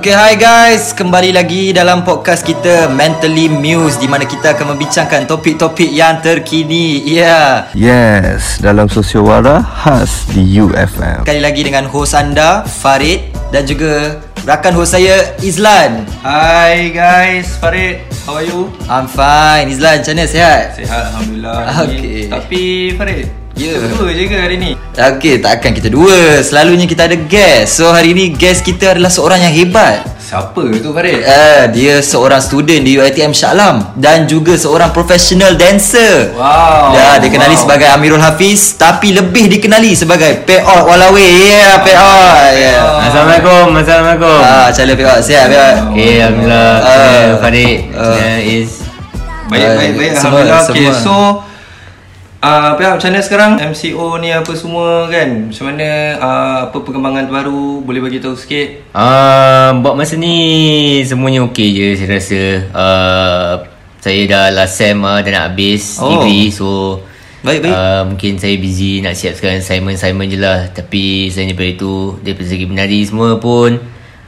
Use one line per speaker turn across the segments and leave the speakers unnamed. Okay, hi guys. Kembali lagi dalam podcast kita Mentally Muse di mana kita akan membincangkan topik-topik yang terkini. Ya. Yeah.
Yes, dalam sosiowara khas di UFM.
Sekali lagi dengan host anda Farid dan juga rakan host saya Izlan.
Hi guys, Farid. How are you?
I'm fine. Izlan, macam mana sihat?
Sihat Alhamdulillah
Okey.
Tapi Farid
Ya.
Kita berdua je ke hari ni?
Okay, takkan kita dua. Selalunya kita ada guest. So hari ni guest kita adalah seorang yang hebat.
Siapa tu Farid?
Uh, dia seorang student di UiTM Shah Alam dan juga seorang professional dancer.
Wow.
Ya, dikenali
Wow.
sebagai Amirul Hafiz tapi lebih dikenali sebagai Peot Walawi. Ya, yeah, Peot. Ya. Yeah.
Ah.
Assalamualaikum, Assalamualaikum.
Ah, cala Peot. Sihat Peot.
Okay, Alhamdulillah.
Ah.
Uh, Farid
Ah.
uh, is
Baik, baik, baik.
Semua,
Alhamdulillah. Okay,
semua.
so Uh, Pihak macam mana sekarang MCO ni apa semua kan Macam mana uh, Apa perkembangan terbaru Boleh bagi tahu sikit
uh, buat masa ni semuanya okey je saya rasa. Uh, saya dah last sem uh, dah nak habis
Oh.
oh. degree so
Baik, baik.
Uh, mungkin saya busy nak siapkan assignment-assignment je lah Tapi saya daripada itu Daripada segi menari semua pun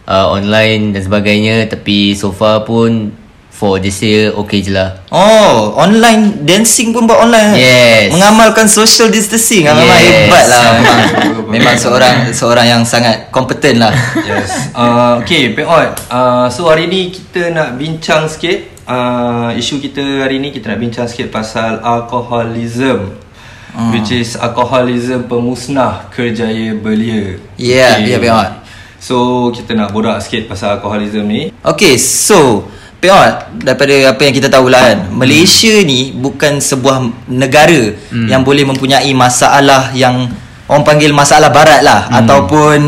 uh, Online dan sebagainya Tapi so far pun For this year okay je lah
Oh, online dancing pun buat online. eh?
Yes.
Mengamalkan social distancing. Yes. Memang
Yes.
hebat lah. Memang, memang seorang seorang yang sangat kompeten lah.
Yes uh, Okay Peot uh, So hari ni kita nak bincang sikit uh, Isu kita hari ni kita nak bincang sikit pasal alkoholism hmm. Which is alkoholism pemusnah kerjaya belia
Yeah, yeah, Peot.
So kita nak borak sikit pasal alkoholism ni
Okay, so Peot, daripada apa yang kita tahu lah kan Malaysia ni bukan sebuah negara hmm. Yang boleh mempunyai masalah yang Orang panggil masalah barat lah hmm. Ataupun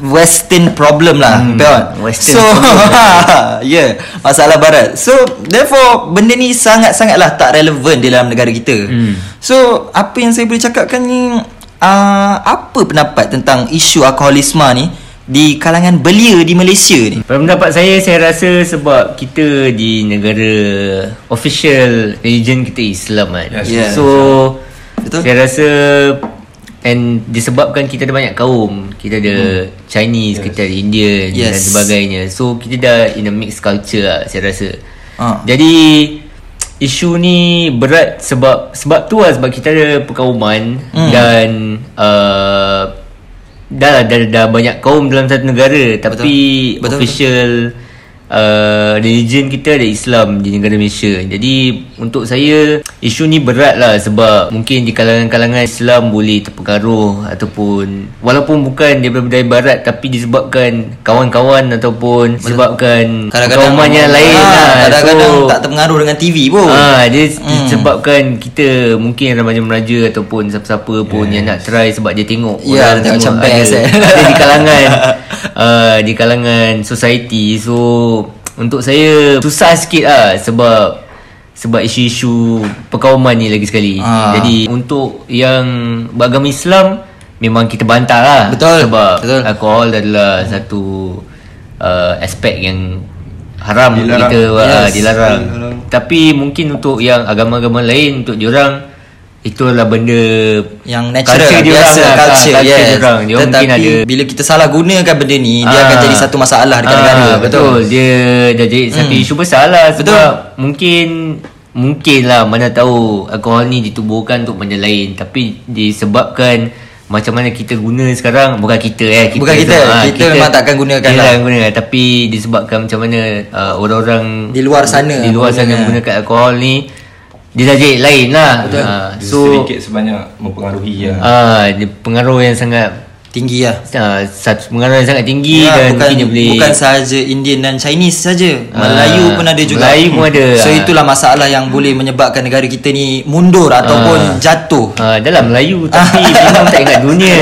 Western problem lah hmm. Peot
Western
So,
problem.
yeah, masalah barat So, therefore benda ni sangat-sangatlah tak relevan di dalam negara kita hmm. So, apa yang saya boleh cakapkan ni uh, Apa pendapat tentang isu alkoholisme ni Di kalangan belia di Malaysia ni
Pendapat saya saya rasa sebab kita di negara official religion kita Islam kan.
Yes.
Yes.
So
Betul.
Betul. saya rasa and disebabkan kita ada banyak kaum, kita ada Chinese, kita ada Indian
Hmm. Yes.
dan sebagainya. So kita dah in a mixed culture lah saya rasa.
Ah.
Jadi isu ni berat sebab sebab tu lah sebab kita ada perkauman
Hmm.
dan uh, dah, lah, dah dah banyak kaum dalam satu negara tapi
Betul, betul.
betul, official betul. Uh, religion kita ada Islam di negara Malaysia. Jadi untuk saya isu ni berat lah sebab mungkin di kalangan-kalangan Islam boleh terpengaruh ataupun walaupun bukan daripada budaya barat tapi disebabkan kawan-kawan ataupun sebabkan
Kadang-kadang
Kauman yang lain
Ah,
lah
Kadang-kadang
so,
tak terpengaruh dengan TV pun
Ah, dia hmm. sebabkan kita mungkin remaja-remaja ataupun siapa-siapa pun yes. yang nak try sebab dia tengok
Ya, dia tengok macam
semua
best, eh.
ada, ada di kalangan uh, di kalangan society. So untuk saya susah sikit lah sebab sebab isu-isu perkauman ni lagi sekali.
Ah.
Jadi untuk yang beragama Islam memang kita bantah lah
Betul,
sebab
betul.
alkohol adalah satu uh, aspek yang haram untuk
Dilarang.
kita yes.
Yes.
dilarang.
Dilarang.
Tapi mungkin untuk yang agama-agama lain untuk diorang itu adalah benda
Yang natural
culture diorang
Biasa
lah,
culture,
culture
yes.
diorang. Diorang
Tetapi
mungkin ada
bila kita salah gunakan benda ni Dia
Ah.
akan jadi satu masalah dekat
Ah,
negara Hmm.
Betul Dia dah jadi satu isu besar lah Sebab
Betul.
mungkin Mungkin lah Mana tahu Alkohol ni ditubuhkan untuk benda lain Tapi disebabkan Macam mana kita guna sekarang Bukan kita eh kita
Bukan kita.
Ah,
Kita memang takkan gunakan
Kita
lah.
takkan guna Tapi disebabkan macam mana uh, Orang-orang
Di luar sana
Di luar sana
guna.
Menggunakan alkohol ni Dia dah jadi lain lah Betul
Dia
So
Sedikit sebanyak mempengaruhi lah
ah, dia Pengaruh yang sangat
Tinggi lah
ah, satu pengaruh yang sangat tinggi
Ya,
dan
bukan
mungkin dia boleh
bukan sahaja Indian dan Chinese saja.
Ah,
Melayu pun ada juga.
Melayu pun ada.
So itulah masalah yang boleh menyebabkan negara kita ni mundur ataupun
Ah.
jatuh.
Ha, dalam Melayu tapi memang tak ingat dunia.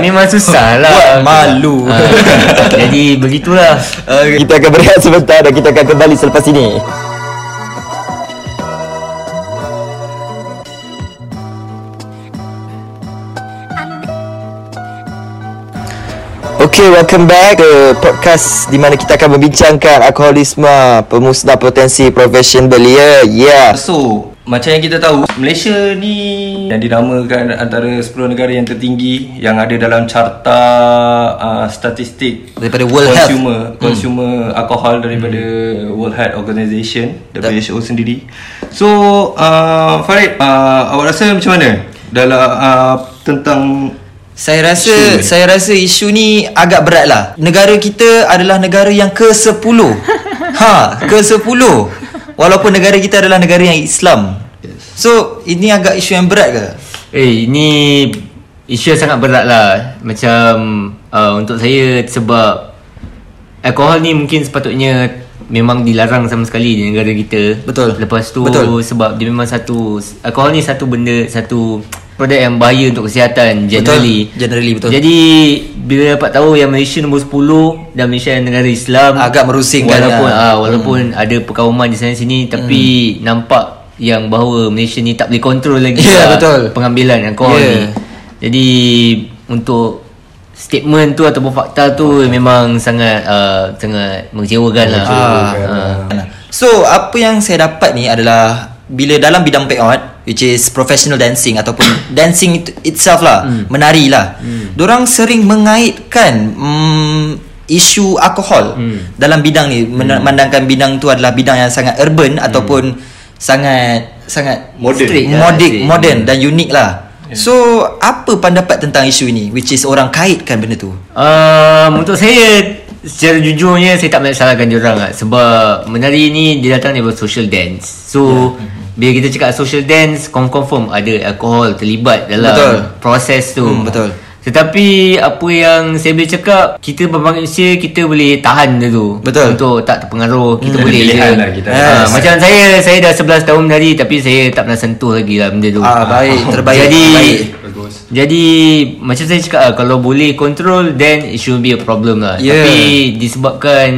Memang susah lah.
Buat malu. Ah,
Ha, jadi begitulah.
Kita akan berehat sebentar dan kita akan kembali selepas ini. Okay, welcome back ke podcast di mana kita Ya. akan membincangkan alkoholisme, pemusnah potensi profesion belia. Yeah.
So Macam yang kita tahu, Malaysia ni yang dinamakan antara 10 negara yang tertinggi yang ada dalam carta uh, statistik
Daripada World Health. Hmm.
consumer, Health consumer alcohol daripada World Health Organization, WHO sendiri. So, uh, Farid, uh, awak rasa macam mana dalam uh, tentang
Saya rasa isu saya rasa isu ni agak berat lah. Negara kita adalah negara yang ke-10. ha, ke-10. Walaupun negara kita adalah negara yang Islam. So, ini agak isu yang berat ke?
Eh ini isu yang sangat berat lah Macam uh, untuk saya sebab Alkohol ni mungkin sepatutnya Memang dilarang sama sekali di negara kita
Betul.
Lepas tu
Betul.
sebab dia memang satu Alkohol ni satu benda Satu produk yang bahaya untuk kesihatan Generally
Generally, betul.
Jadi bila dapat tahu yang Malaysia nombor 10 Dan Malaysia yang negara Islam
Agak merusingkan
Walaupun
lah.
ah, walaupun ada perkauman di sana sini Tapi nampak yang bahawa Malaysia ni tak boleh kontrol lagi
Hmm.
lah
Ya, betul.
pengambilan alkohol
Ya.
yeah. ni. Jadi untuk statement tu ataupun fakta tu memang sangat uh, sangat mengecewakan lah. Ah.
Ah. So apa yang saya dapat ni adalah bila dalam bidang peot which is professional dancing ataupun dancing it, itself lah
Hmm.
menari lah Diorang sering mengaitkan mm, isu alkohol
Hmm.
dalam bidang ni memandangkan bidang tu adalah bidang yang sangat urban
Hmm.
ataupun sangat sangat
Modern.
Straight lah,
modic,
straight.
modern dan unik lah
Ya.
So apa pendapat tentang isu ini which is orang kaitkan benda tu
Um, untuk saya Secara jujurnya Saya tak banyak salahkan diorang lah Sebab Menari ni Dia datang daripada social dance So
Ya.
yeah. Bila kita cakap social dance Confirm-confirm Ada alkohol terlibat Dalam
Betul.
betul. proses tu
Hmm, betul.
Tetapi Apa yang saya boleh cakap Kita berbagai manusia Kita boleh tahan dia tu
Betul. Hmm.
Untuk tak terpengaruh Kita
Ada
boleh
pilihan
je.
lah kita.
Ah,
Yes.
Macam saya Saya dah 11 tahun menari Tapi saya tak pernah sentuh lagi lah Benda tu
Ah baik terbaik
Jadi
terbaik.
bagus.
jadi macam saya cakap lah, kalau boleh control then it should be a problem lah.
Yeah.
Tapi disebabkan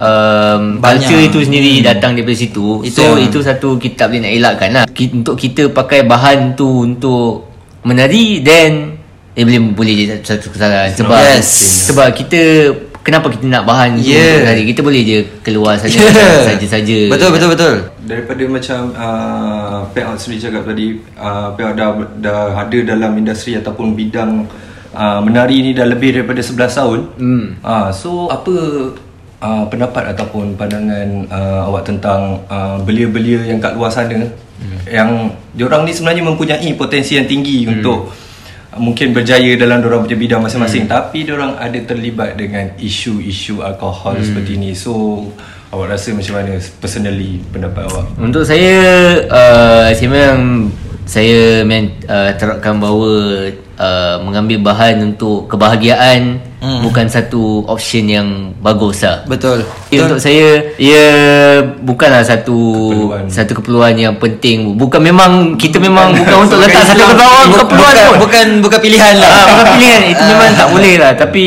um,
Banyak.
culture itu sendiri hmm. datang daripada situ.
Itu
so
yang-
itu satu kita tak boleh nak elakkan lah. Ki- untuk kita pakai bahan tu untuk menari then eh boleh boleh jadi satu kesalahan sebab
Yes.
sebab kita kenapa kita nak bahan
Yeah.
tu untuk menari? Kita boleh je keluar saja
Yeah.
saja-saja.
Betul betul betul.
daripada macam uh, Pek Out sendiri cakap tadi uh, Pek Out dah, dah ada dalam industri ataupun bidang uh, menari ni dah lebih daripada 11 tahun hmm. uh, so apa uh, pendapat ataupun pandangan uh, awak tentang uh, belia-belia yang kat luar sana hmm. yang diorang ni sebenarnya mempunyai potensi yang tinggi hmm. untuk uh, mungkin berjaya dalam diorang punya bidang masing-masing hmm. tapi diorang ada terlibat dengan isu-isu alkohol hmm. seperti ni so Awak rasa macam mana personally pendapat awak?
Untuk saya uh, Saya memang Saya men, uh, terapkan bahawa uh, Mengambil bahan untuk kebahagiaan hmm. Bukan satu option yang bagus lah
Betul.
Ya, untuk saya ia bukanlah satu
Keperluan.
keperluan. satu keperluan yang penting bukan memang kita memang bukan untuk
Bukan
letak satu
Islam.
keperluan
Bukan,
keperluan
bukan,
pun
bukan bukan pilihan lah.
Ah, bukan pilihan itu memang tak boleh lah tapi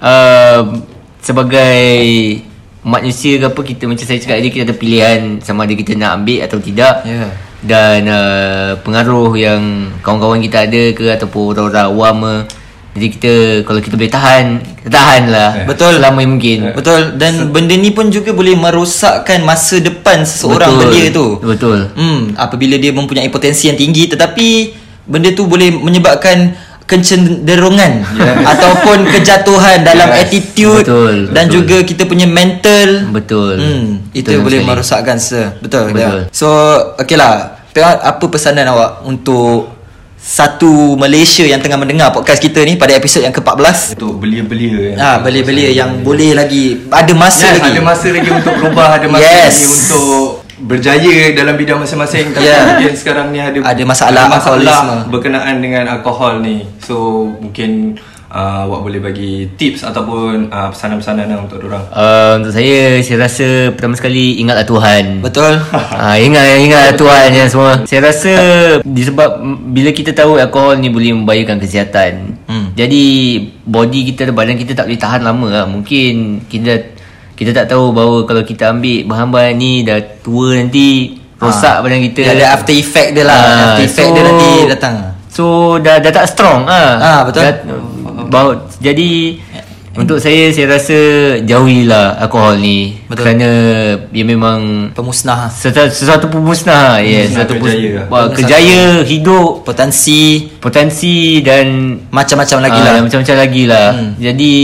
uh, sebagai manusia ke apa kita macam saya cakap tadi kita ada pilihan sama ada kita nak ambil atau tidak
Ya.
dan uh, pengaruh yang kawan-kawan kita ada ke ataupun orang-orang awam ke, jadi kita kalau kita boleh tahan kita tahan lah
Betul. Eh.
selama yang mungkin
Betul dan benda ni pun juga boleh merosakkan masa depan seseorang
Betul.
belia tu.
betul
Hmm, apabila dia mempunyai potensi yang tinggi tetapi benda tu boleh menyebabkan kecenderungan ataupun kejatuhan dalam
Yes.
attitude
Betul,
dan
betul.
juga kita punya mental
betul
Hmm, itu
Betul
boleh
sekali.
merosakkan se. Betul. Ya.
Betul.
So, okay lah. Tengok apa pesanan awak untuk satu Malaysia yang tengah mendengar podcast kita ni pada episod yang ke-14.
Untuk belia-belia yang
Ha,
ya.
belia-belia yang boleh lagi ada masa
yes,
lagi.
ada masa lagi untuk berubah Ada masa
Yes.
lagi untuk berjaya dalam bidang masing-masing Tapi
Yeah.
mungkin sekarang ni ada
Ada masalah
ada masalah
alkoholisme.
berkenaan dengan alkohol ni So mungkin uh, awak boleh bagi tips ataupun uh, pesanan-pesanan lah untuk orang.
Uh, untuk saya saya rasa pertama sekali ingatlah Tuhan
Betul.
Ah, ingat ingat Tuhan yang semua. Saya rasa disebab bila kita tahu alkohol ni boleh membahayakan kesihatan.
Hmm.
Jadi body kita badan kita tak boleh tahan lama lah. Mungkin kita kita tak tahu bahawa kalau kita ambil bahan-bahan ni dah tua nanti rosak badan
Ha.
kita.
Dia ada after effect dia lah.
Ah,
after effect dia nanti datang. Ha,
So dah dah tak strong ah.
Ah, betul.
Dah, bau, jadi Untuk saya saya rasa jauhilah alkohol ni
Betul.
Betul. kerana dia memang
Pemusnah
sesuatu, sesuatu pemusnah
Pemusnah
yes, sesuatu
kerjaya.
pemusnah. Wah, kerjaya hidup
Potensi
potensi dan
Macam-macam lagi
Ah,
lah
dan Macam-macam lagi lah hmm. Jadi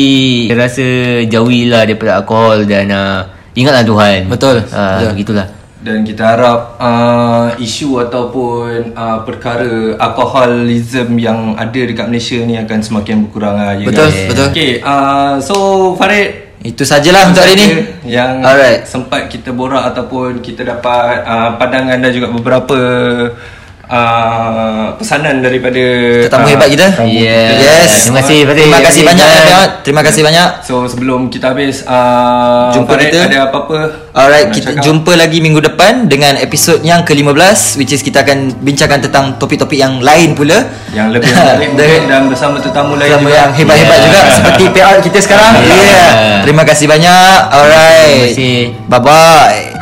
Saya rasa Jauhilah daripada alkohol Dan uh, Ingatlah Tuhan
Betul. Betul.
uh, Gitulah
Dan kita harap uh, isu ataupun uh, perkara alkoholism yang ada dekat Malaysia ni akan semakin berkurang lah. you
Betul,
guys.
betul.
Okay, uh, so Farid.
Itu sajalah untuk hari ni
Yang
Alright
sempat kita borak ataupun kita dapat uh, pandangan dan juga beberapa uh, pesanan daripada uh,
Tetamu hebat kita
Yeah.
Yes
Terima Ah, kasih, Fatih.
Terima kasih
Terima
banyak
kasih.
Abang Ahmad. Terima kasih banyak
So sebelum kita habis uh,
Jumpa
Farid,
kita.
ada apa-apa?
Alright
nak
Kita
cakap?
jumpa lagi minggu depan Dengan episod yang ke-15 Which is kita akan bincangkan tentang topik-topik yang lain pula
yang lebih menarik mungkin dan bersama tetamu lain
Sama
juga.
yang hebat-hebat
Yeah.
juga Seperti PR kita sekarang
Yeah.
Yeah Terima kasih banyak Alright
Terima kasih.
Bye-bye